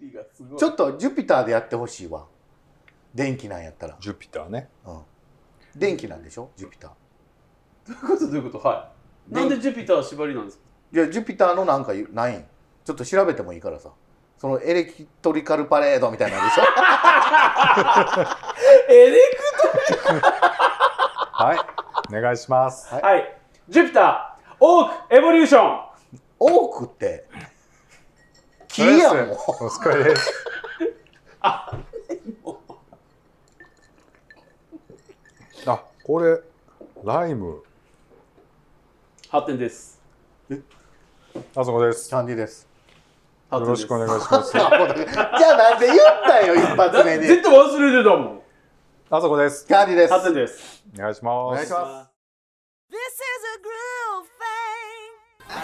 ーがすごいちょっとジュピターでやってほしいわ電気なんやったら、ジュピターね。うん、電気なんでしょジュピターどういうことどういうことはいなんでジュピターは縛りなんですかいやジュピターのなんか言うないんちょっと調べてもいいからさそのエレキトリカルパレードみたいなんでしょ エレクはい。お願いします。はいジュピターオークエボリューション多くって木やもんお疲れです。あ、これライム。発展ですあそこです。キャンディですよろしくお願いしします。あほらじゃあなんで言ったよ一発目絶に対忘れてたもんあそこです。キャンディです発展ですお願いしおま願いすし。ます This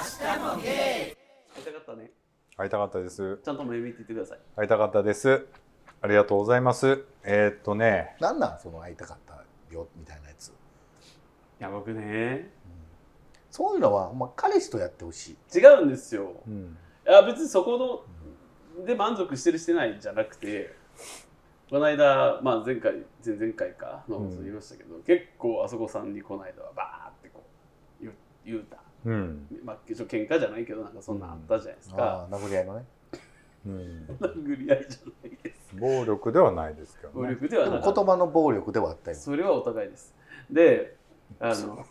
is a groove thing. 痛かったね会いたかったです。ちゃんと目見て言ってください会いたかったです。ありがとうございます。えーっとね、なんなんその会いたかったよみたいなやついや僕ねそういうのはほんま彼氏とやってほしい違うんですようん、いや別にそこので満足してるしてないじゃなくてこの間、まあ、前回前々回かのうんこと言いましたけど、結構あそこさんにこの間はバーってこう言う言うた、うん、まあ、一応喧嘩じゃないけどなんかそんなんあったじゃないですか、ああ殴り合いのねうん、 殴り合いじゃないです暴力ではないですけど、暴ね。力ではでなもかった言葉の暴力ではあったよそれはお互いですであの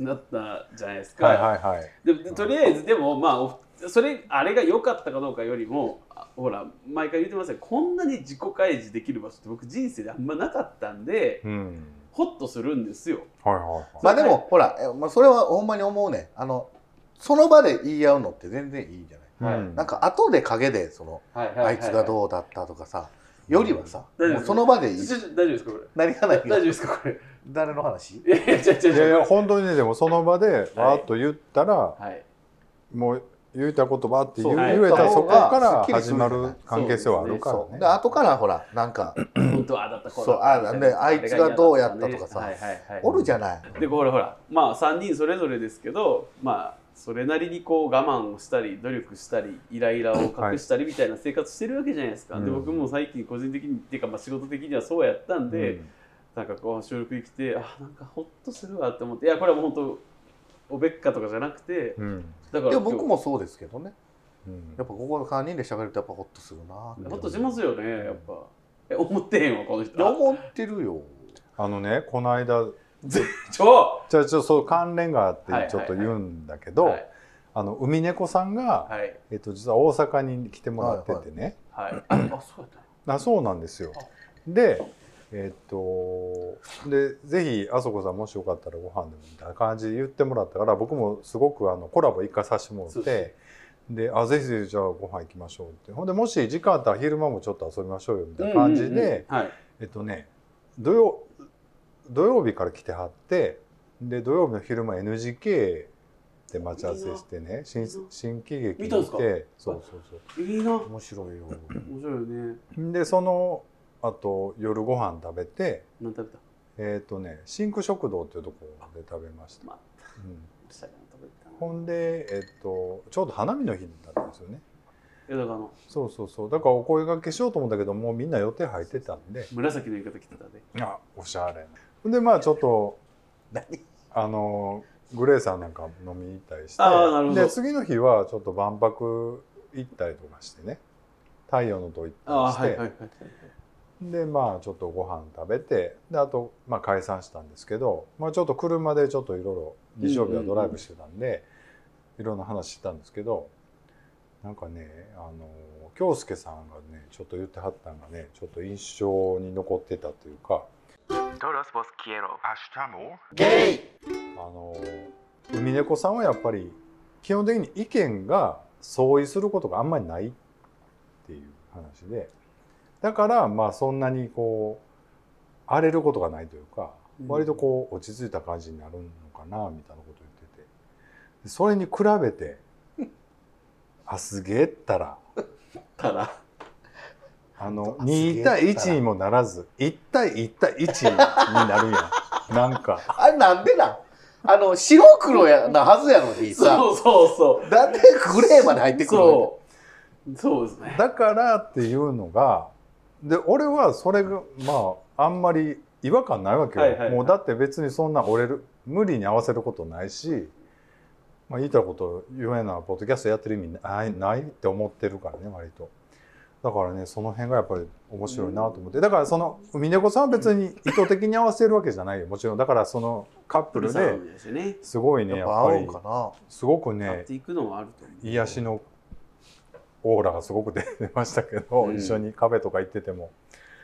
なったじゃないですか、はいはいはい。ででとりあえずでもまあおそれあれが良かったかどうかよりもあほら毎回言ってますけどこんなに自己開示できる場所って僕人生であんまなかったんでうん、ホッとするんですよ。はいはいまはい。あでもほらえまあそれはほんまに思うねあのその場で言い合うのって全然いいじゃないはいうんなんか後で陰でそのはいはいあいつがどうだったとかさよりはさうんもうその場でういい大丈夫ですかこれ何がない大丈夫ですかこれ。 誰の話いやいや違ういやい違う違やう。本当にねでもその場でわーっと言ったら、はい、もう言うたことばーってそ言,、うう言えたはいそこかそうらすっきりす始るまる関係性はあるからねそうで後からほらなんか本当はああだったこだったそうあみたいねなあいつがどうやったとかさはいはいはい、おるじゃないでこれほらまあ3人それぞれですけどまあそれなりにこう我慢をしたり努力したりイライラを隠したりみたいな生活してるわけじゃないですか、うんで僕も最近個人的にっていうかまあ仕事的にはそうやったんで、なんかこう収録に来てあなんかホッとするわって思っていやこれはもう本当おべっかとかじゃなくてうんうんだからで今も僕日もそうですけどねうんやっぱここの3人で喋るとやっぱホッとするなってホッとしますよねやっぱえ思ってへんわこの人いや思ってるよあのねこの間超じゃあちょっとそう関連があってはいはいはいちょっと言うんだけど、はいあの海猫さんが、はいえっと、実は大阪に来てもらっててね、 はいああそうやったあそうなんですよあでえっとでぜひあそこさんもしよかったらご飯でもみたいな感じで言ってもらったから僕もすごくあのコラボ一回させてもらそうってでであぜひぜひじゃあご飯行きましょうってほんでもし時間あったら昼間もちょっと遊びましょうよみたいな感じで、うんうんうんはいえっとね土曜土曜日から来てはってで土曜日の昼間 NGK で待ち合わせしてね新新喜劇見見たんすかてそうそうそういいな面面白いよ白いよねでそのあと夜ご飯食べて何食べたえっ、とねシンク食堂っていうところで食べました、まうんしたかなとか言ったなほんで、えっとちょうど花見の日だったんですよねいやだからあのそうそうそうだからお声掛けしようと思ったけどもうみんな予定入ってたんで紫の浴衣着てたねあおしゃれなほんでまあちょっと何あのグレーさんなんか飲みに行ったりしてあーなるほどで次の日はちょっと万博行ったりとかしてね太陽の塔行ったりして、いでまあちょっとご飯食べてであと、まあ、解散したんですけど、まあ、ちょっと車でちょっといろいろ日曜日はドライブしてたんで、いろんな話してたんですけどなんかねあの京介さんがねちょっと言ってはったんがねちょっと印象に残ってたというか Todos vos quiero. ゲイあの海猫さんはやっぱり基本的に意見が相違することがあんまりないっていう話でだからまあそんなにこう荒れることがないというかうん割とこう落ち着いた感じになるのかなみたいなことを言っててでそれに比 べてあすげえったらた だあのあすげえっ2たら対1にもならず1対1対1になるやんなんか。あれなんでなんあの白黒やなはずやのにさそうそうそうなんでグレーまで入ってくるのそそうですね。だからっていうのがで俺はそれがまああんまり違和感ないわけよ、はいはいはいもうだって別にそんな俺る無理に合わせることないし、まあ、言いたいこと言えなポッドキャストやってる意味ないないって思ってるからね割と。だからねその辺がやっぱり面白いなと思って、だからその海猫さんは別に意図的に合わせるわけじゃないよもちろんだからそのカッププルルサウでンドですよね。すごいやねっやっぱ合ぱうりんかなすごくやっねていくのもあると思う。癒しのオーラがすごく出てましたけど、うん一緒にカフェとか行ってても、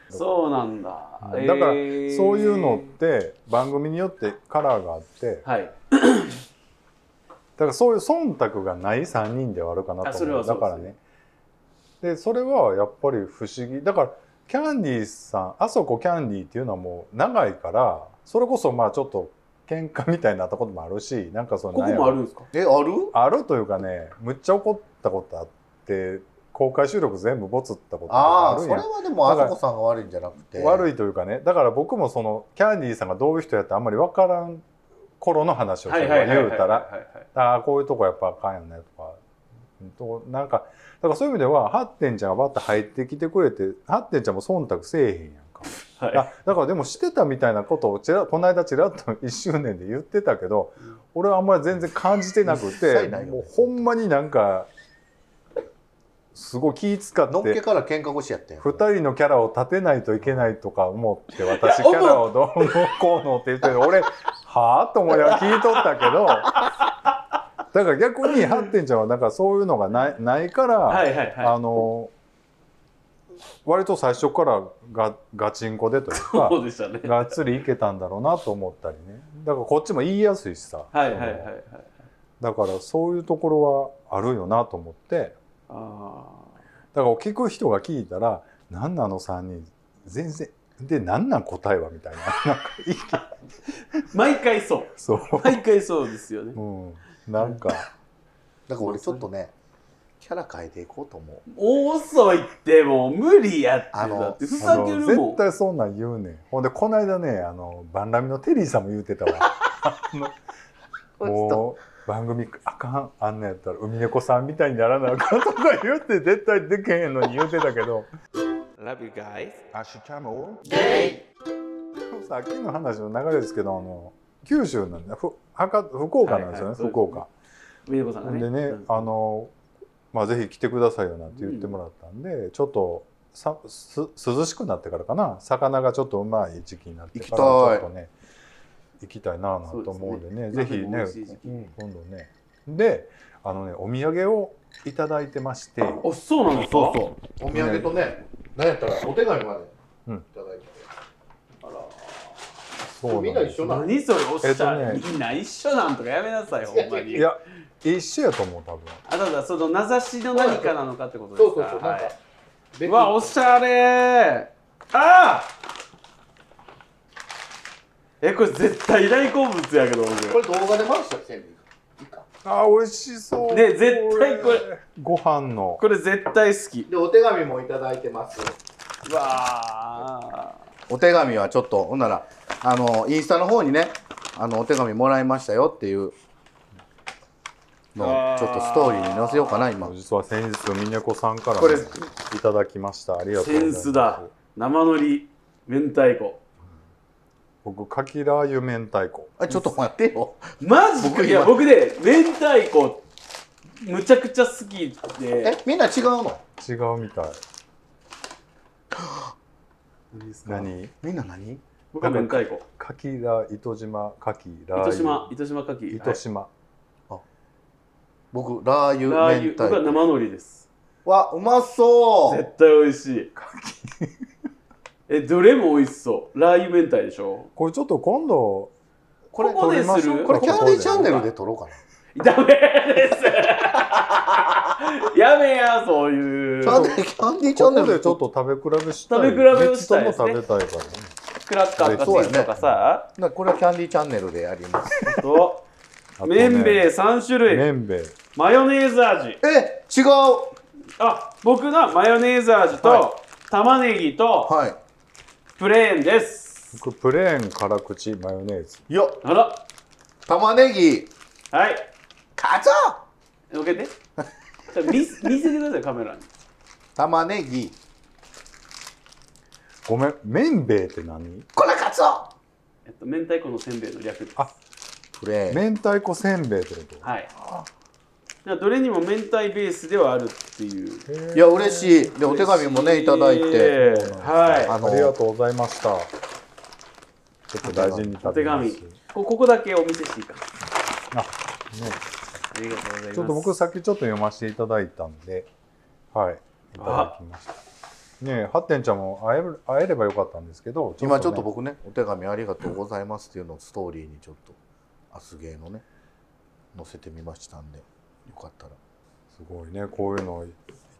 そうなんだ。うんえーだからそういうのって番組によってカラーがあってはい。だからそういう忖度がない3人ではあるかなあとそれ思はうそうでだすからねでそれはやっぱり不思議だからキャンディーさんあそこキャンディーっていうのはもう長いからそれこそまあちょっと喧嘩みたいになったこともあるしなんかそのここなんやろもあるんですか。えあるあるというかねむっちゃ怒ったことあって公開収録全部ボツったことあがああそるんれやはでもあそこさんが悪いんじゃなくて悪いというかねだから僕もそのキャンディーさんがどういう人やってあんまり分からん頃の話をそはいれはいはいはい言はういたらはいああこういうとこやっぱあかんよねとかうんとなんかだからそういう意味ではハッテンちゃんがバッと入ってきてくれてハッテンちゃんも忖度せえへんやんか、はい。はいあだからでもしてたみたいなことをちらこの間ちらっと 1周年で言ってたけど俺はあんまり全然感じてなく一て切ないよねもうほんまになんかすごい気使のっっけてから喧嘩腰やってん2人のキャラを立てないといけないとか思って私いキやャラをどうのこうのって言ってる俺はあと思いながら聞いとったけどだから逆にハッテンちゃんはなんかそういうのがないないから、はいはいはい。あの割と最初からがガチンコでというかそうでしたね。 がっつりいけたんだろうなと思ったりねだからこっちも言いやすいしさ、はいはいはいそはのい。だからそういうところはあるよなと思ってあだから聞く人が聞いたら「何なの3人全然で何なん答えは」みたいな なんかいいあ。毎回そう。そう、毎回そうですよね。うん、な んかだから俺ちょっとねキャラ変えていこうと思う遅いってもう無理やってあのだってふあざのけるも絶ん。対そんなん言うねんほんでこの間ねあのバンラミのテリーさんも言うて たわもう番組あかんあんなんやったら海猫さんみたいにならなあかんとか言うて絶対でけへんのに言うてたけど Love you guys。さっきの話の流れですけどあの九州なんでふ博福岡なんですはいはいそよね、うです福岡。みねこさんがね。でね、うんあのまあぜひ来てくださいよなんて言ってもらったんで、ちょっとさす涼しくなってからかな魚がちょっとうまい時期になってからち行きたょいっとね行きたいなあなと思うんでねそうでぜすひね鍋もね美味しい時期今度ねであのねお土産をいただいてましてあ、そうなんですか。そうお土産とね何やったらお手紙までうんいただいて、そうなんみんなです一緒なの何それおっしゃえる、っとねみんな一緒なんとかやめなさいほんまいにや一緒やと思う多分あただその名指しの何かなのかってことですそかうそうそうなんはかい別うわおしゃれーあーえこれ絶対大好物やけどこ僕れ動画で回したよセンビいいかあー美味しそうね絶対これご飯のこれ絶対好きでお手紙もいただいてますうわお手紙はちょっとほんならあのインスタの方にねあのお手紙もらいましたよっていうのをちょっとストーリーに載せようかな今実は先日みねこさんからね、これいただきましたありがとうございますセンスだ生のり明太子僕かきラー油明太子あちょっと待ってよマジ僕かいや今僕ね明太子むちゃくちゃ好きでえみんな違うの違うみたい何ですか何みんな何僕は明太子かきラー糸島かきラー油糸島糸島かき糸島僕ラーラ油ー明油僕は太子生海苔ですわうまそう絶対美味しいえどれも美味しそうラー油明太でしょこれちょっと今度これここでするこれキャンディーここでチャンネルで撮ろうかなダメ ですやめやそういうキャンディーキャンディーチャこンネこルででちょ撮っと食べ比べしたい食べ比べをしたいですね三つとも食べたいからねクラッカーとかチーズとかさ、だからこれはキャンディーチャンネルでやりますとあとめねんべい3種類めんべいマヨネーズ味え違うあ僕がマヨネーズ味と、は玉ねぎとはプレーンです僕プレーン辛口マヨネーズいいやあら玉ねぎはいカツオ のけてじゃあ見見せてくださいカメラに玉ねぎごめん麺べいって何これかつおえっと、明太子のせんべいの略です。あフレーム明太子せんべいってことはい。だからどれにも明太ベースではあるっていう。いや嬉しいでお手紙もねいただいてえーはああのりがとうございました。ちょっと大事にい。お食手べま紙す。。こここだけお見せしていいか。ね、ありがとうございます。ちょっと僕さっきちょっと読ませていただいたんで、はい、いただきました。ねえ、ハッテンちゃんも会える会えればよかったんですけど、今ちょっとね僕ねお手紙ありがとうございますっていうのをストーリーにちょっとアスゲーのね載せてみましたんでよかったらすごいね、こういうのをい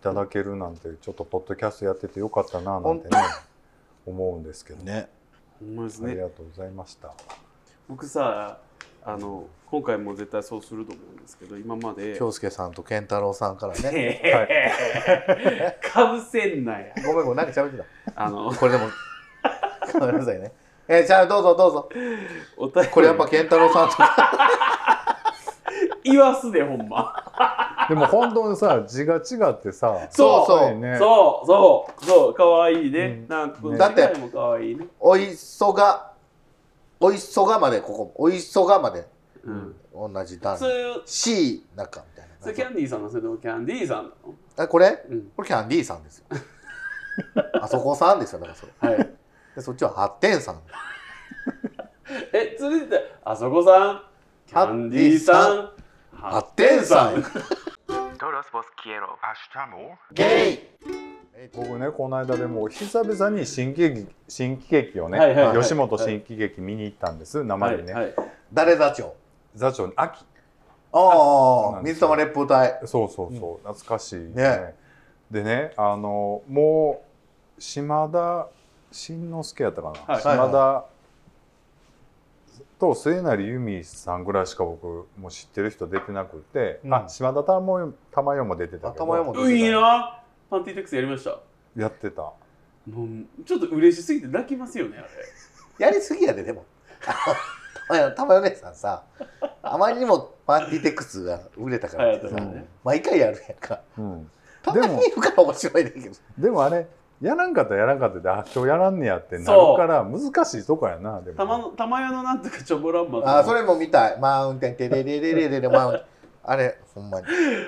ただけるなんて、ちょっとポッドキャストやっててよかったななんてね、思うんですけどね。ねほんまですありね。がとうございました。僕さ、あの、今回も絶対そうすると思うんですけど、今まで。京介さんと健太郎さんからねえー かぶせんなや。ごめんごめん何喋ってあのた、これでもごめんなさいね えーじゃあどうぞどうぞお便りこれやっぱ健太郎さんとか言わすで、ほんま。でも本当にさ、字が違ってさ、そうそうねそう、そう、そう、かわいいねう。んなんか、だって世界もかわいいね。おいそがおいそがまでここおいそがまでうん。同じ段それ、 C 中みたいなそれキャンディーさんの、それともキャンディーさんなの。あこれうん。これキャンディーさんですよ あそこさんですよだからそれはい。でそっちは発展さんえ、それで言ったら、あそこさん、キャンディーさん、は発展さん Todos vos quiero. ゲイ僕ねこの間でも久々に新喜劇新喜劇をね、はいはいはい吉本新喜劇見に行ったんです生でね、はい。誰座長座長に秋あそあうなんです水溜り烈風隊そうそうそう、懐かしいねねでねあのもう島田慎之介やったかな、はい島はい田と末成由美さんぐらいしか僕もう知ってる人出てなくて、うんあ島田珠代珠代も出てたけ頭よもどういいな。パンティーテックスやりました。やってたもう、ちょっと嬉しすぎて泣きますよね、あれ。やりすぎやででもあの玉よ姉さんさあまりにもパンティテックスが売れたからって流行っさ、たからね毎回やるやんかうんたまに見るから面白いねんけどでもあれやらんかったらやらんかったであ今日やらんねやってなるそうから難しいとこやなでもたまの、たまやのなんとかチョボランマとかあーそれも見たいマウンテンテレレレレレレマウンテンあれほんまに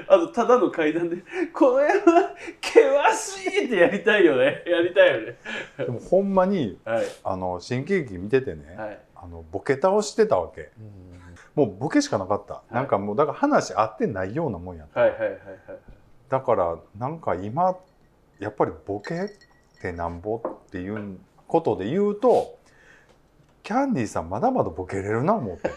あとただの階段で「この山険しい!」ってやりたいよねやりたいよねでもほんまにはいあの新喜劇見ててね、はいあのボケ倒してたわけもうボケしかなかった、いなんかもうだから話合ってないようなもんやった、はいはいはいはいだからなんか今やっぱりボケってなんぼっていうことで言うとキャンディーさんまだまだボケれるな思って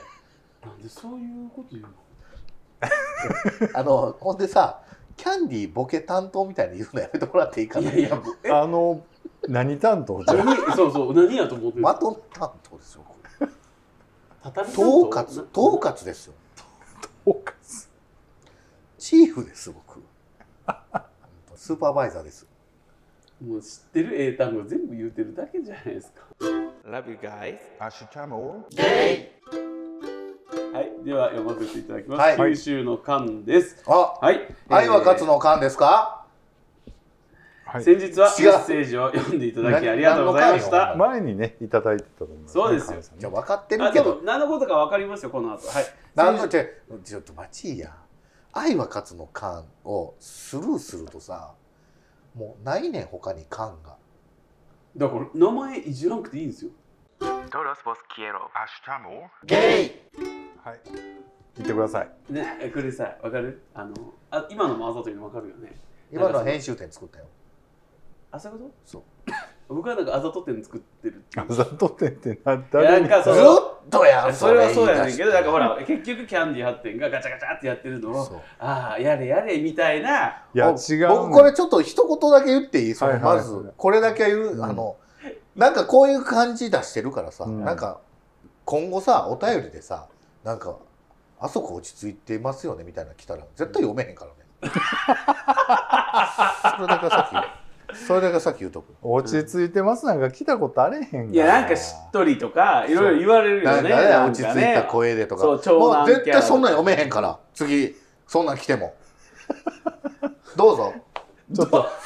なんでそういうこと言うのあのほんでさキャンディーボケ担当みたいに言うのやめてもらっていいかいなやいやもうえあの何担当じゃん 何そうそう何やと思ってるまとめ担当ですよこれ畳統括統括ですよ統括チーフです僕スーパーバイザーですもう知ってる英単語全部言うてるだけじゃないですか Love you guys はいでは読ませていただきます、はい九州の缶ですあはい愛は勝つのの勘ですか、はい先日は違うメッセージを読んでいただきありがとうございまし何たの前にねいただいてたと思います、そうですよじゃあよ分かってあるけ多分ど何のことかわかりますよこの後はい何のちょちょっと待ちいや愛は勝つの勘をスルーするとさもうないねん他に勘がだから名前いじらなくていいんですよ Todos vos quiero. はい言ってくださいねこれさわかるあのあ今のもあざというのわかるよね今のは編集点作ったよあそういうことそう僕はなんかあざと点作ってるっていあうざと点ってなな誰んにかずそっのとやんそれはそうやねんけどな言いんか出しほら結局キャンディー発展がガチャガチャってやってるのそをうああやれやれみたいないや違僕うね僕これちょっと一言だけ言っていいそのはいはいまずこれだけ言う、うんあのなんかこういう感じ出してるからさ、うんなんか今後さお便りでさなんか「あそこ落ち着いてますよね」みたいなの来たら絶対読めへんからね。 それだけさっきそれだけさっき言うとく。落ち着いてますなんか来たことあれへんがいやなんかしっとりとかいろいろ言われるなよんねかねなん落ちか着いねた声でとかそう長も男うキャラ絶対そんなん読めへんから次そんなん来てもどうぞちょっと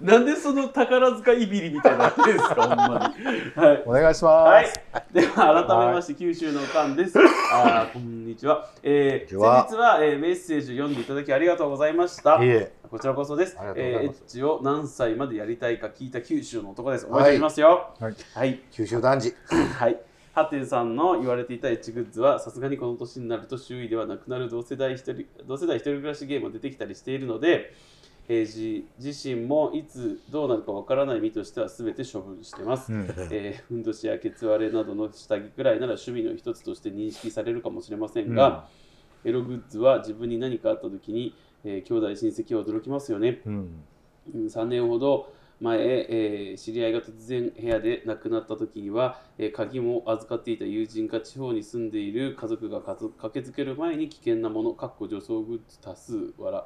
なんでその宝塚いびりみたいになってるんですか、ほんまに。はい。お願いします。はい、では改めまして九州のおかんです。あーこんにちは。えー、こんに先日ちはは、えーメッセージを読んでいただきありがとうございましたい。えこちらこそです。ありがとうごえざーエいッますチを何歳までやりたいか聞いた九州の男です。お待ちしておりますよ。はいはい。九州男児はい。ハテンさんの言われていたエッチグッズはさすがにこの年になると周囲ではなくなる同世代一人同世代一人暮らしゲームが出てきたりしているので、えーじ自身もいつどうなるかわからない身としては全て処分してます。うんえーふんどしやケツ割れなどの下着くらいなら趣味の一つとして認識されるかもしれませんが、エログッズは自分に何かあった時に、えー兄弟親戚は驚きますよね。うんうん3年ほど前、えー知り合いが突然部屋で亡くなった時には、えー鍵も預かっていた友人が地方に住んでいる家族がかつ駆けつける前に危険なもの、かっこ女装グッズ多数笑、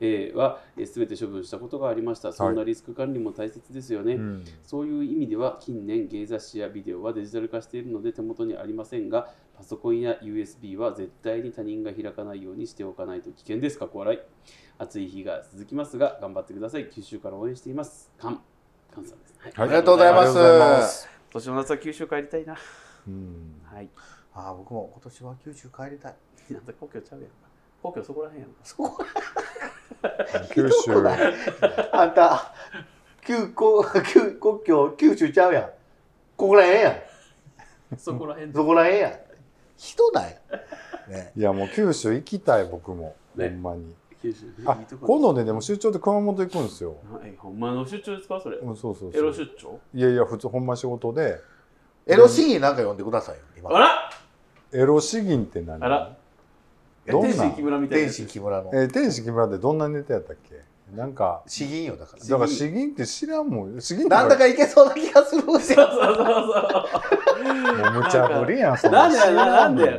えーは、えー、全て処分したことがありました。そんなリスク管理も大切ですよね。うんそういう意味では近年芸雑誌やビデオはデジタル化しているので手元にありませんがパソコンや USB は絶対に他人が開かないようにしておかないと危険ですかっこ笑い暑い日が続きますが頑張ってください九州から応援していますカンカンさんです、はい、はありがとうございますありがとうございます年の夏は九州帰りたいなうんはいああ僕も今年は九州帰りたいなんだ故郷ちゃうやんか故 郷そこらへんやんかそこ九州どこだあんた旧国旧国境九州ちゃうやんここらへんやんそこらへんそこらへんやん人だよ、ね、いやもう九州行きたい僕も、ねほんまに九州あいいとこ今度ねでも出張で熊本行くんですよ、はいほんまの出張ですかそれうん、そうそうエそロう出張いやいや普通ほんま仕事でエロシーンなんか読んでくださいよ今あらエロ詩吟って何あらどん天な使木村みたいなや天つ使木村のえー天使木村ってどんなネタやったっけなんか詩吟よだからだから詩吟って知らんもん詩吟ってなんだかいけそうな気がするんで すそうよそうそうそうもう無茶ぶりやんそなんでやななんでや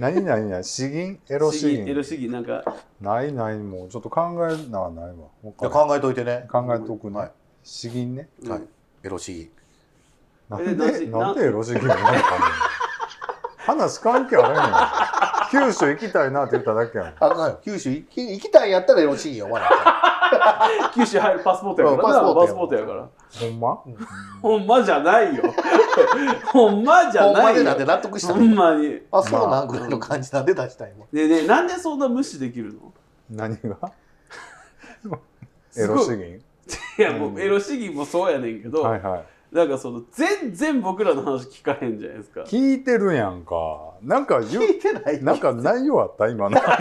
何何何詩吟エロ詩エロ吟主義なんかないないもうちょっと考えなないわいや考考えといてねえとくはねい詩吟ねうんはいエロ詩吟なえんなしでなんでエロ詩吟になるかね話関係あれんやん九州行きたいなって言っただけやんあかんよ九州行き行きたいんやったらエロ詩吟読まない か九州入るパスポートやからなうんパパススポポーートトややかかららほんまほんまじゃない よほんまじらゃほんまないでなんよで納得したほのんまにねあそうなんぐらいの感じなんで出したいもんえねえなんでそんな無視できるの何がすエごロい詩吟いやもうんうエロ主義もそうやねんけど、はいはいなんかその全然僕らの話聞かへんじゃない ですか聞いてるやんかなんか言う聞いてないなんか内容あった今のいそれ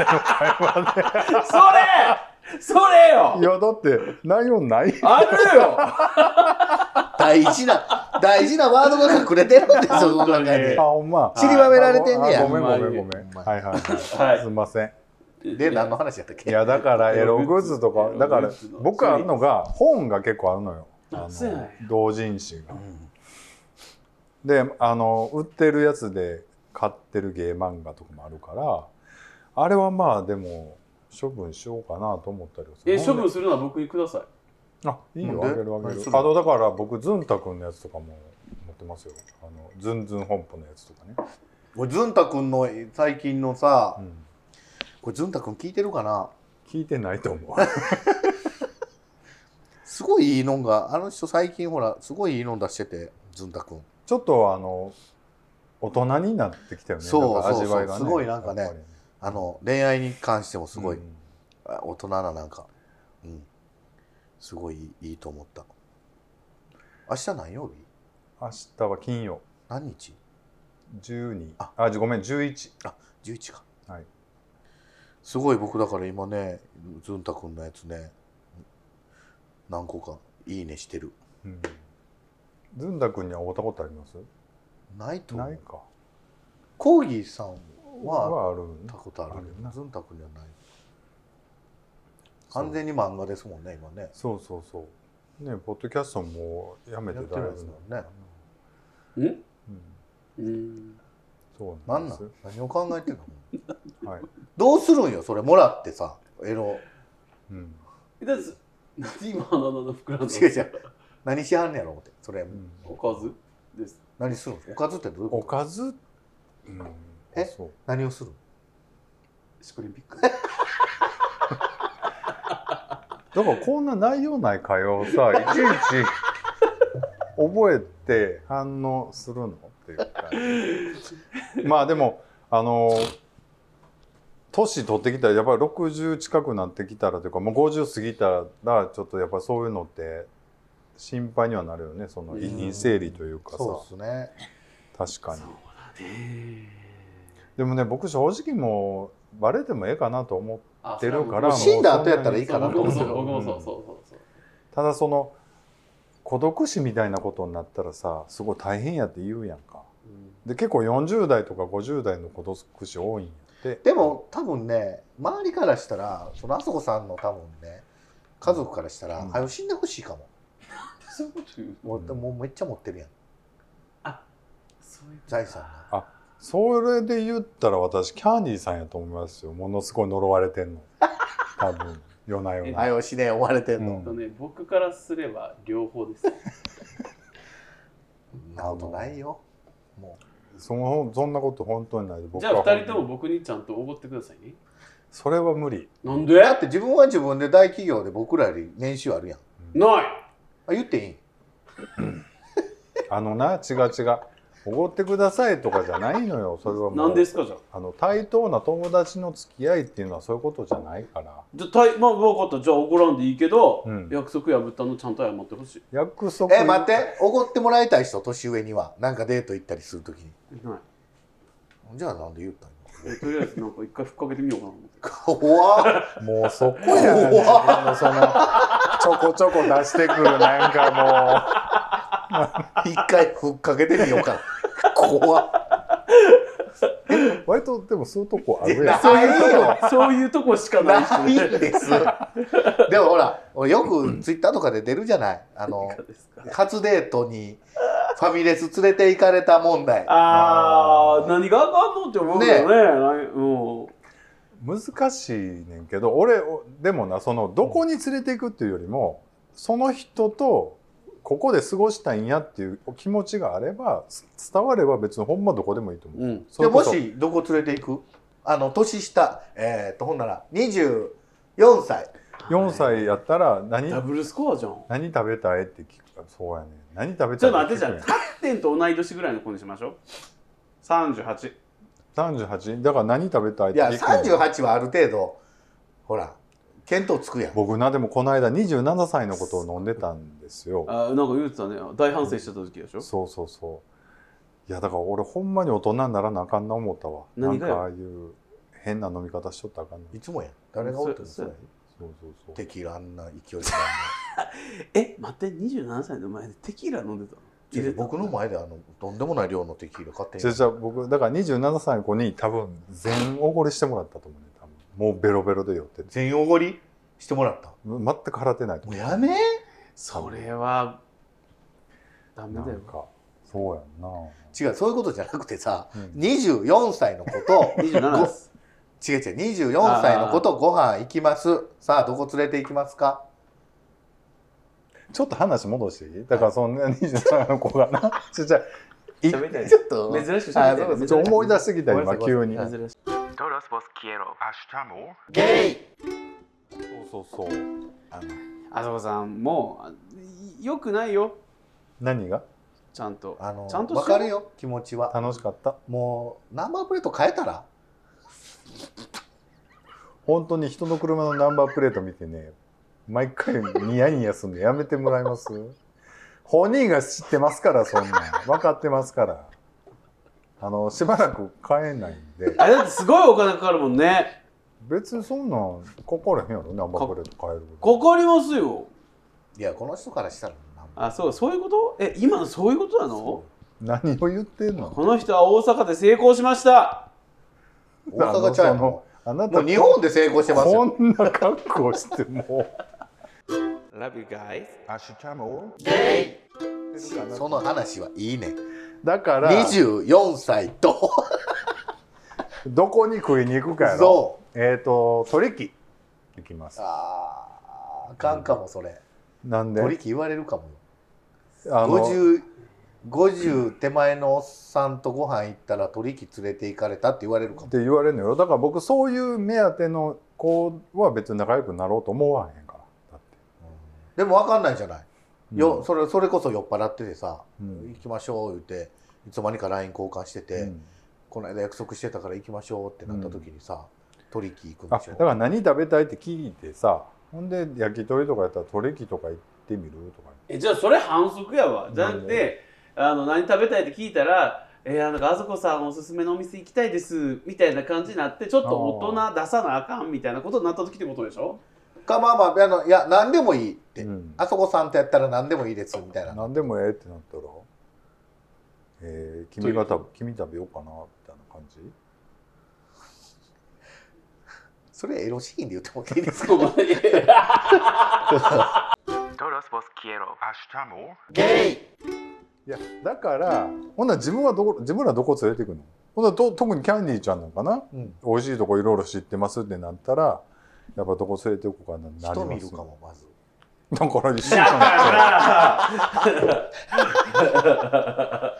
それよやだって内容ないあるよ大事な大事なワードが隠れてるん ですよその中に本あほんま散りばめられてんねあやごめんごめんごめほんんまにはいはいははいいすいませんで何の話やったっいけやだからエログッズとエロかグッズだかエらログッズの僕あるのが本が結構あるのよああそうやんの同人誌がであの売ってるやつで買ってる芸漫画とかもあるからあれはまあでも処分しようかなと思ったりはするえ処分するのは僕にくださいあいいよなんあでげるあげる何すあるののだから僕ズンタ君のやつとかも持ってますよあのズンズン本舗のやつとかね、俺ずんたくんの最近のさうん、これずんたくん聞いてるかな聞いてないと思う すごいいいのんがあの人最近ほらすごいいいのん出しててずんたくんちょっとあの大人になってきたよねそうなんか味わそいがねうそうすごいなんかねやっぱりあの恋愛に関してもすごい、うんあ大人ななんかうんすごいいいと思った明日何曜日明日は金曜何日12ああじごめん11 11かはいすごい僕だから今ねずんたくんのやつね何個かいいねしてるうんズンタ君には会ったことありますないと思ないうかコーギーさんははある会ったことあるけあるなどずんたくんにはない完全に漫画ですもんね今ねそうそうそうねポッドキャストもやめてだいぶやってないですもんねんううんんそうな何んでなすん何を考えてるの はい、どうするんよそれもらってさエロ うんえだってなんで今のの膨らんだの違う違う何しはんねやろ思ってそれ、うんおかずです何するんおかずってどういうおことかず、うん、えそう何をするんシコリンピックだからこんな内容ない会話を さいちいち覚えて反応するのっていう感じまあでもあの年取ってきたらやっぱり60近くなってきたらというかもう50過ぎたらちょっとやっぱりそういうのって心配にはなるよねその遺品整理というかさ、そうですね。確かに。ねでもね僕正直もうバレてもええかなと思うあ出るからもう死んだ後やったらいいそかうな僕もそと思うけうど僕もそうそうそうそうただその孤独死みたいなことになったらさすごい大変やって言うやんかうんで結構40代とか50代の孤独死多いんやってでも多分ね、周りからしたら、そのあそこさんの多分ね、家族からしたら、うんあよ死んでほしいかも。そういうこと言うもううんでももうめっちゃ持ってるやん。あそういうこと財産かそれで言ったら私キャンディーさんやと思いますよものすごい呪われて んの多分夜な夜えなあよ死で追われてんうのん。とね僕からすれば両方ですそん なことないよ。もそのそんなこと本当にないで僕じゃあ2人本当にとも僕にちゃんとおごってくださいねそれは無理なんう。でだって自分は自分で大企業で僕らより年収あるやん。ないあ言っていいあのな違う違うおごってくださいとかじゃないのよそれはもうなんですかじゃああの対等な友達の付き合いっていうのはそういうことじゃないからじゃあたいまあ分かったじゃあ怒らんでいいけど、うん約束破ったのちゃんと謝ってほしい約束え、待って、おごってもらいたい人、年上には。なんかデート行ったりするときに。ないじゃあなんで言ったのえとりあえずなんか一回ふっかけてみようかなと思って怖っもうそこやねん自分のそのちょこちょこ出してくるなんか一回ふっかけてみようかな。怖っもう割とでもそういうとこあるやんないよ そういうとこしかないな人いねんです。でもほら、俺よくツイッターとかで出るじゃない。あのい、かですか初デートにファミレス連れて行かれた問題。あー何があかんのって思うけどねねないうん難しいねんけど俺おでもなそのどこに連れていくっていうよりもその人とここで過ごしたいんやっていう気持ちがあればす伝われば別にほんまどこでもいいと思う。うんそでれこもそし、どこ連れて行くあの、年下、えっと、ほんなら、24歳。 4歳やったら何ダブルスコアじゃん何食べたいって聞くからそうやね何食べちたょっいと待ってじ聞ゃくあやんタッテンと同い年ぐらいの子にしましょう38 38だから何食べたいっいてや、聞くの38はある程度、ほら、見当つくやん。僕なでもこの間27歳のことを飲んでたんですよあーなんか言うてたね大反省してた時でしょそうそうそういやだから俺ほんまに大人にならなあかんな思ったわな何んがかよああいう変な飲み方しとったらあかんないつもやん。誰がおってもそうやんそうそうそうテキーラあんな勢いで飲え待って27歳の前でテキーラ飲んでたのんで。僕の前であの、とんでもない量のテキーラ買ってんじゃあやんじゃあ僕だから27歳の子に多分全おごりしてもらったと思うね多分もうベロベロで酔ってて全員おごりしてもらった。全く払ってないとも思うやめそれはダうメなだんよかそうやんな、違う、そういうことじゃなくてさ、うん24歳の子 と27です違う違う24歳の子とご飯行きますさあどこ連れて行きますかちょっと話戻していいだからそんな27の子がなちょじゃあい喋りたいちょっと珍しくしあゃべそうりかそたういちょ思い出してきたごめんな今さい急にごめんなさい珍しい Todos vos quiero. Hasta luego. ゲイそうそうそうあのあそこさんもうよくないよ何がちゃんとあのちゃんとしよう分かるよ気持ちは楽しかったもうナンバープレート変えたら本当に人の車のナンバープレート見てね毎回ニヤニヤするのやめてもらえます本人が知ってますからそんなん分かってますからあのしばらく買えないんであれだってすごいお金かかるもんね別にそんなんかからへんやろナンバープレート買えるかかりますよいやこの人からしたらナンバーあそうそういうことえ今のそういうことなの何を言ってんのこの人は大阪で成功しました大阪ちゃうのもあなたう日本で成功してますよこんな格好しても Love you guys その話はいいねだから24歳とどこに食いに行くかやろそえっ、と取引行きまうすあーあかんかもそれなんで取引言われるかもよあの 50, 50手前のおっさんとご飯行ったら取引連れて行かれたって言われるかっもて言われるのよだから僕そういう目当ての子は別に仲良くなろうと思わへんからだってでも分かんないじゃない、ようそれそれこそ酔っ払っててさ、ん行きましょう言っていつまにか LINE 交換してて、うんこの間約束してたから行きましょうってなった時にさ、取りトリキ行くあんでしょだから何食べたいって聞いてさほんで焼き鳥とかやったらトレキとか行ってみるとかえじゃあそれ反則やわだなっんてあの何食べたいって聞いたら「えー、なんかあそこさんおすすめのお店行きたいです」みたいな感じになってちょっと大人出さなあかんみたいなことになった時ってことでし ょかまあまああのいや何でもいいって、うんあそこさんとやったら何でもいいですみたいな何でもええってなったら「えー、君がた君食べようかな」みたいな感じそれエロシーンで言ってもらっていいですかそう まあいや Todos vos quiero. Hasta amor. ゲイいやだからほんなら自分はどこ自分らどこ連れてくのほんならと特にキャンディーちゃんなんかなうん美味しいとこいろいろ知ってますってなったらやっぱどこ連れていこうかななります人よ見るかもまずだから一緒じだゃかなら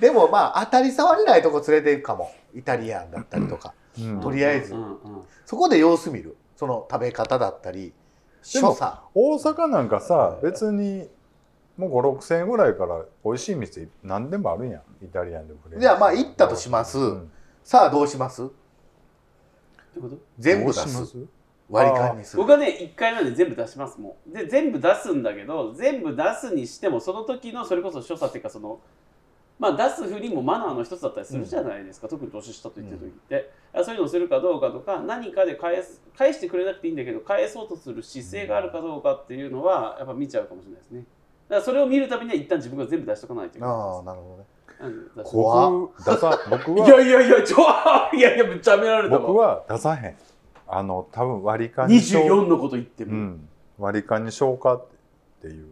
でもまあ当たり障りないとこ連れて行くかもイタリアンだったりとかいうんとりあえずうんうんそこで様子見るその食べ方だったりでも所作大阪なんかさ別にもう5 6千円ぐらいから美味しい店何でもあるんやんイタリアンでもフレンチじでもゃあまあ行ったとしますうんさあどうしますってこと全部出どうしますす割り勘にする僕はね1回目で全部出しますもんで全部出すんだけど全部出すにしてもその時のそれこそ所作っていうかそのまあ出すふりもマナーの一つだったりするじゃないですか、特に年下と言ってる時って、あそういうのをするかどうかとか何かで返す返してくれなくていいんだけど返そうとする姿勢があるかどうかっていうのはやっぱ見ちゃうかもしれないですねだからそれを見るためには一旦自分が全部出しとかないといけああななるほどねいですうん出しこ怖僕出 さ僕いはやいやいやちょいやいやめっちゃめられた僕わは出さへんあの多分割り勘にしよう24のこと言ってうも、ん、割り勘にしようかっていう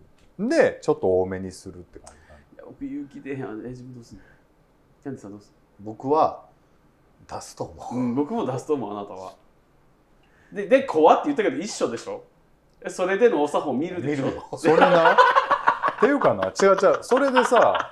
でちょっと多めにするって感じかないや僕勇気出へんわえ自分どうすんのキャンディさんどうすんの僕は出すと思うん、僕も出すと思うあなたはでで怖って言ったけど一緒でしょえそれでのお作法見るでしょ見るそれなっていうかな違う違うそれでさ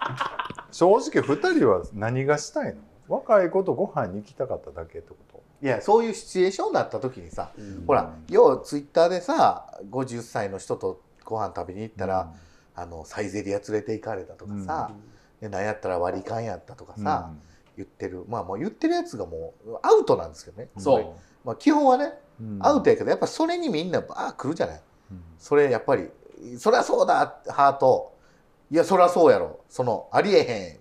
正直2人は何がしたいの若い子とご飯に行きたかっただけってこういやそういうシチュエーションだった時にさと、ほらようツイッターでさ50歳の人とご飯食べに行ったら、あのサイゼリア連れて行かれたとかさ、で何やったら割り勘やったとかうんさ、言ってるまあもう言ってるやつがもうアウトなんですけどね、うんそまあ、基本はねうんアウトやけどやっぱそれにみんなバー来るじゃないうんそれやっぱりそりゃそうだハートいやそりゃそうやろそのありえ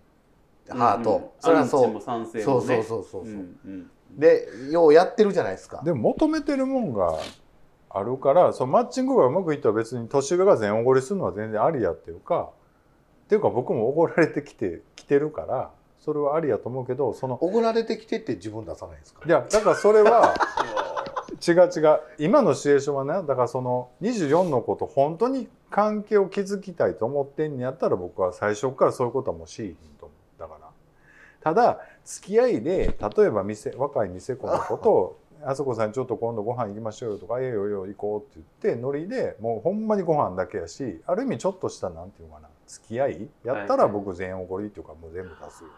へんハート、そりゃアンチそも賛う成そもうそねうそうそう、うんうんでようやってるじゃないですかでも求めてるもんがあるからそのマッチングがうまくいったら別に年上が全おごりするのは全然ありやっていうかっていうか僕もおごられてきてきてるからそれはありやと思うけどそのおごられてきてって自分出さないですかいやだからそれは違う違う今のシチュエーションはねだからその24の子と本当に関係を築きたいと思ってんねやったら僕は最初からそういうことはもうしいひんと思うだからただ付き合いで例えば店若い店子の子と「あそこさんちょっと今度ご飯行きましょうよ」とか「ええよいいよ行こう」って言ってノリでもうほんまにご飯だけやしある意味ちょっとしたなんていうのかな付き合いやったら僕全員おごりっていうかもう全部出すよ。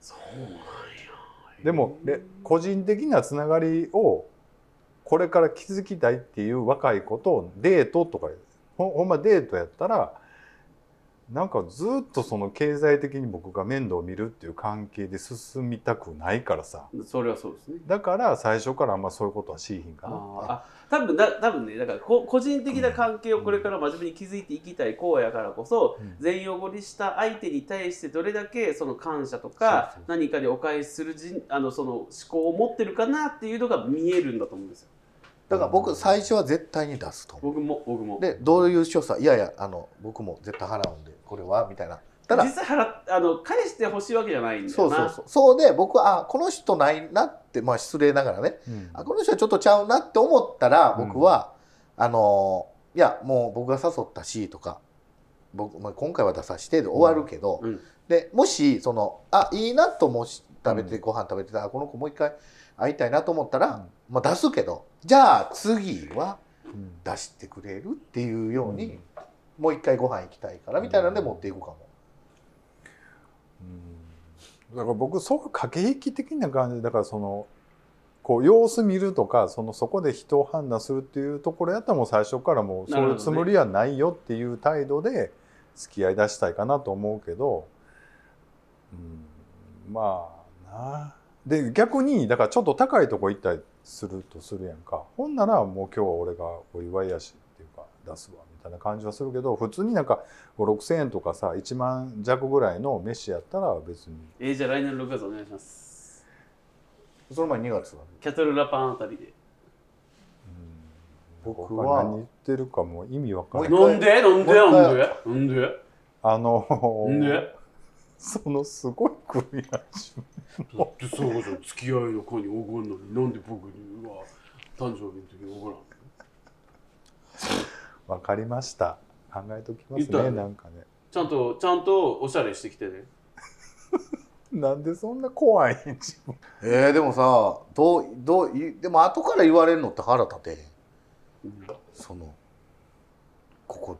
そうなんやでもで個人的なつながりをこれから築きたいっていう若い子とデートとかほほんまデートやったらなんかずっとその経済的に僕が面倒を見るっていう関係で進みたくないからさそれはそうですねだから最初からあんまそういうことはしいひんかあな。ーあ多分だ多分ねだからこ個人的な関係をこれから真面目に築いていきたい子やからこそ、うん全員おごりした相手に対してどれだけその感謝とかそうそう何かにお返しする人あのその思考を持ってるかなっていうのが見えるんだと思うんですよだから僕最初は絶対に出すと思僕も僕もうでどういう所作いやいやあの僕も絶対払うんでこれはみたいなただ実際払っあの返してほしいわけじゃないんだそようなそうそうそうで僕はあこの人ないなってまあ失礼ながらねうんあこの人はちょっとちゃうなって思ったらうん僕は、あのいやもう僕が誘ったしとか僕、まあ、今回は出さしてで終わるけど、うんでもしそのあいいなと思うし食べてご飯食べてた、あこの子もう一回会いたいなと思ったら、まあ、出すけどじゃあ次はうん出してくれるっていうように、うんもう一回ご飯行きたいからみたいなんで持っていくかも。うんだから僕そういう駆け引き的な感じでだからそのこう様子見るとかそのそこで人を判断するっていうところやったらもう最初からもうそういうつもりはないよっていう態度で付き合い出したいかなと思うけど、うん、まあなあで逆にだからちょっと高いとこ行ったりするとするやんかほんならもう今日は俺がお祝いやしっていうか出すわみたいな感じはするけど普通になんか5,6,000円とかさ1万弱ぐらいの飯やったら別にえー、じゃあ来年の6月お願いします。その前に2月はキャトルラパンあたりで。うん僕は何言ってるかもう意味わかんないもうなん一回でなんでもうな一回んでなんであのなんでそのすごい組み合わせだってそうじゃん付き合いの子に怒るのになんで僕には誕生日の時に怒らんわかりました考えときま言すったねよねなんかねちゃんとちゃんとおしゃれしてきてねなんでそんな怖いん自分えー、でもさどうどういでも後から言われるのって腹立てへんそのここ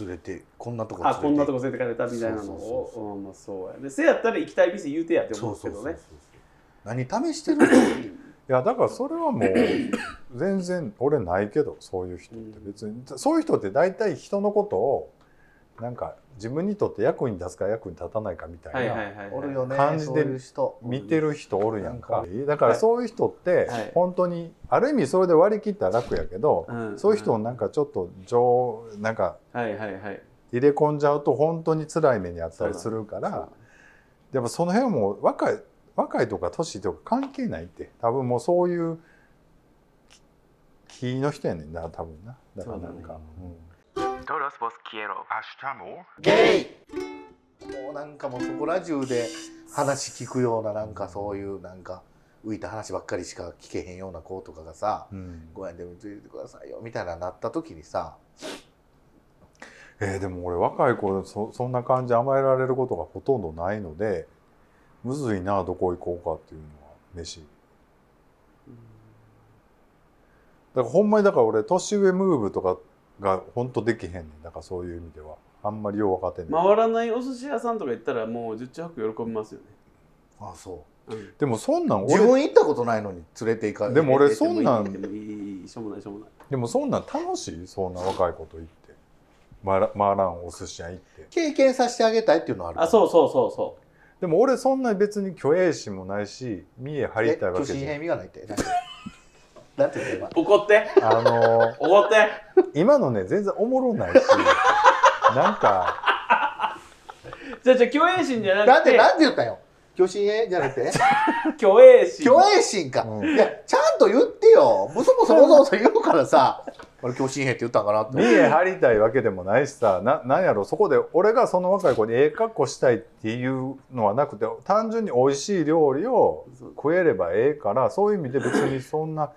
連れてこんなとこあ連れてこんなとこ連れてかれたみたいなのそうそうそうをうんまあそうやでせやったら行きたい店言うてやってそ思ううそけうそうどそうね 何試してるのいやだからそれは もう全然俺ないけどそういう人って別にそういう人って大体人のことをなんか自分にとって役に立つか役に立たないかみたいな、はいはいはいおはるいよね感じでそういう人見てる人おるやんなかんだからはいそういう人ってはい本当にある意味それで割り切ったら楽やけど、うんそういう人をなんかちょっと情なんかはいはいはい入れ込んじゃうと本当に辛い目にあったりするからでもその辺はもう若い若いとか年とか関係ないって多分もうそういう気気の人やねんな多分なだからなんそかうだねう Todos vos quiero. Hasta amor. ゲイもうなんかもうそこら中で話聞くようななんかそういうなんか浮いた話ばっかりしか聞けへんような子とかがさん「ごめんでも連れてってくださいよ」みたいななった時にさえーでも俺若い頃そそんな感じ甘えられることがほとんどないのでむずいなどこ行こうかっていうのは飯だからほんまにだから俺年上ムーブとかがほんとできへんねんだからそういう意味ではあんまりよう分かってない、回らないお寿司屋さんとか行ったらもう十中八九喜びますよね「あそうんでもそんなんう俺自分行ったことないのに連れて行かれてでも俺そんなんでもいいいいいいしょうもないしょうもないでもそんなん楽しいそんな若いこと言って回ら回らんお寿司屋行って経験させてあげたいっていうのはあるあそうそうそうそでも俺そんな別に虚栄心もないし見栄張うりたいわ巨け神じゃ兵ん見がないってなんてなんて言って今う怒ってあの怒って今のね全然おもろないし なんかじゃあじゃあ共栄心じゃななんくててなんて言ったんよ巨神兵じゃなくて共栄心虚栄心か、うんいやちゃんと言ってよボソボソボソボソ言うからさ俺巨神兵って言ったんかなって見栄張りたいわけでもないしさななんやろそこで俺がその若い子にええ格好したいっていうのはなくて単純に美味しい料理をそう食えればええからそういう意味で別にそんな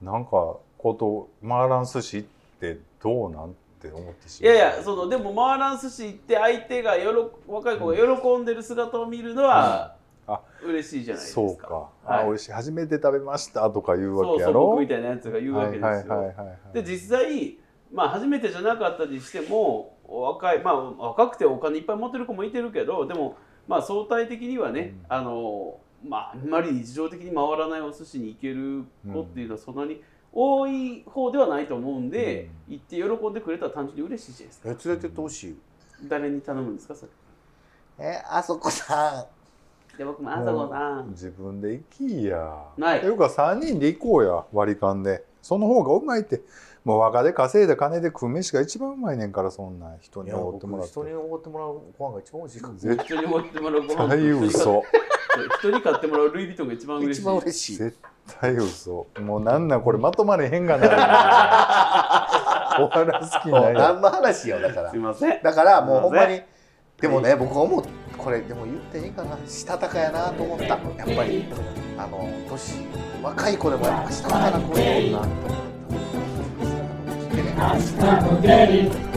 なんかこと回らん寿司ってどうなんって思ってしいまうやいやそのでも回らん寿司行って相手がよろ若い子が喜んでる姿を見るのはうんあ嬉しいじゃないですか。そうか、はいあ美味しい初めて食べましたとか言うそわうけそやうろ僕みたいなやつが言うわけですよ。はいはいはいはいはいで実際まあ初めてじゃなかったにしてもお若いまあ若くてお金いっぱい持ってる子もいてるけどでもまあ相対的にはね、うんあのまああんまり日常的に回らないお寿司に行ける子っていうのはそんなに多い方ではないと思うんで、行って喜んでくれたら単純に嬉しいじゃないですか。え連れてってほしい誰に頼むんですかそれ。えあそこさで僕もあさこさん。自分で行きやないていうか3人で行こうや割り勘でその方がうまいってもう若で稼いで金で食う飯が一番うまいねんからそんなん人んいにやおごって僕もらって人におごってもらうご飯が一番美味しいかも絶人に持ってもらうご飯対 嘘人に買ってもらうルイ・ヴィトンが一番嬉しい一番嬉しい絶対嘘もうなんなんこれまとまれへ んがな終わらす気もなういよ何の話よだからすいませんだからもうほんますいにでもね僕思うこれでも言っていいかなしたたかやなと思ったやっぱりあの年若い子でもやっぱしたたかな子やもんなと思った。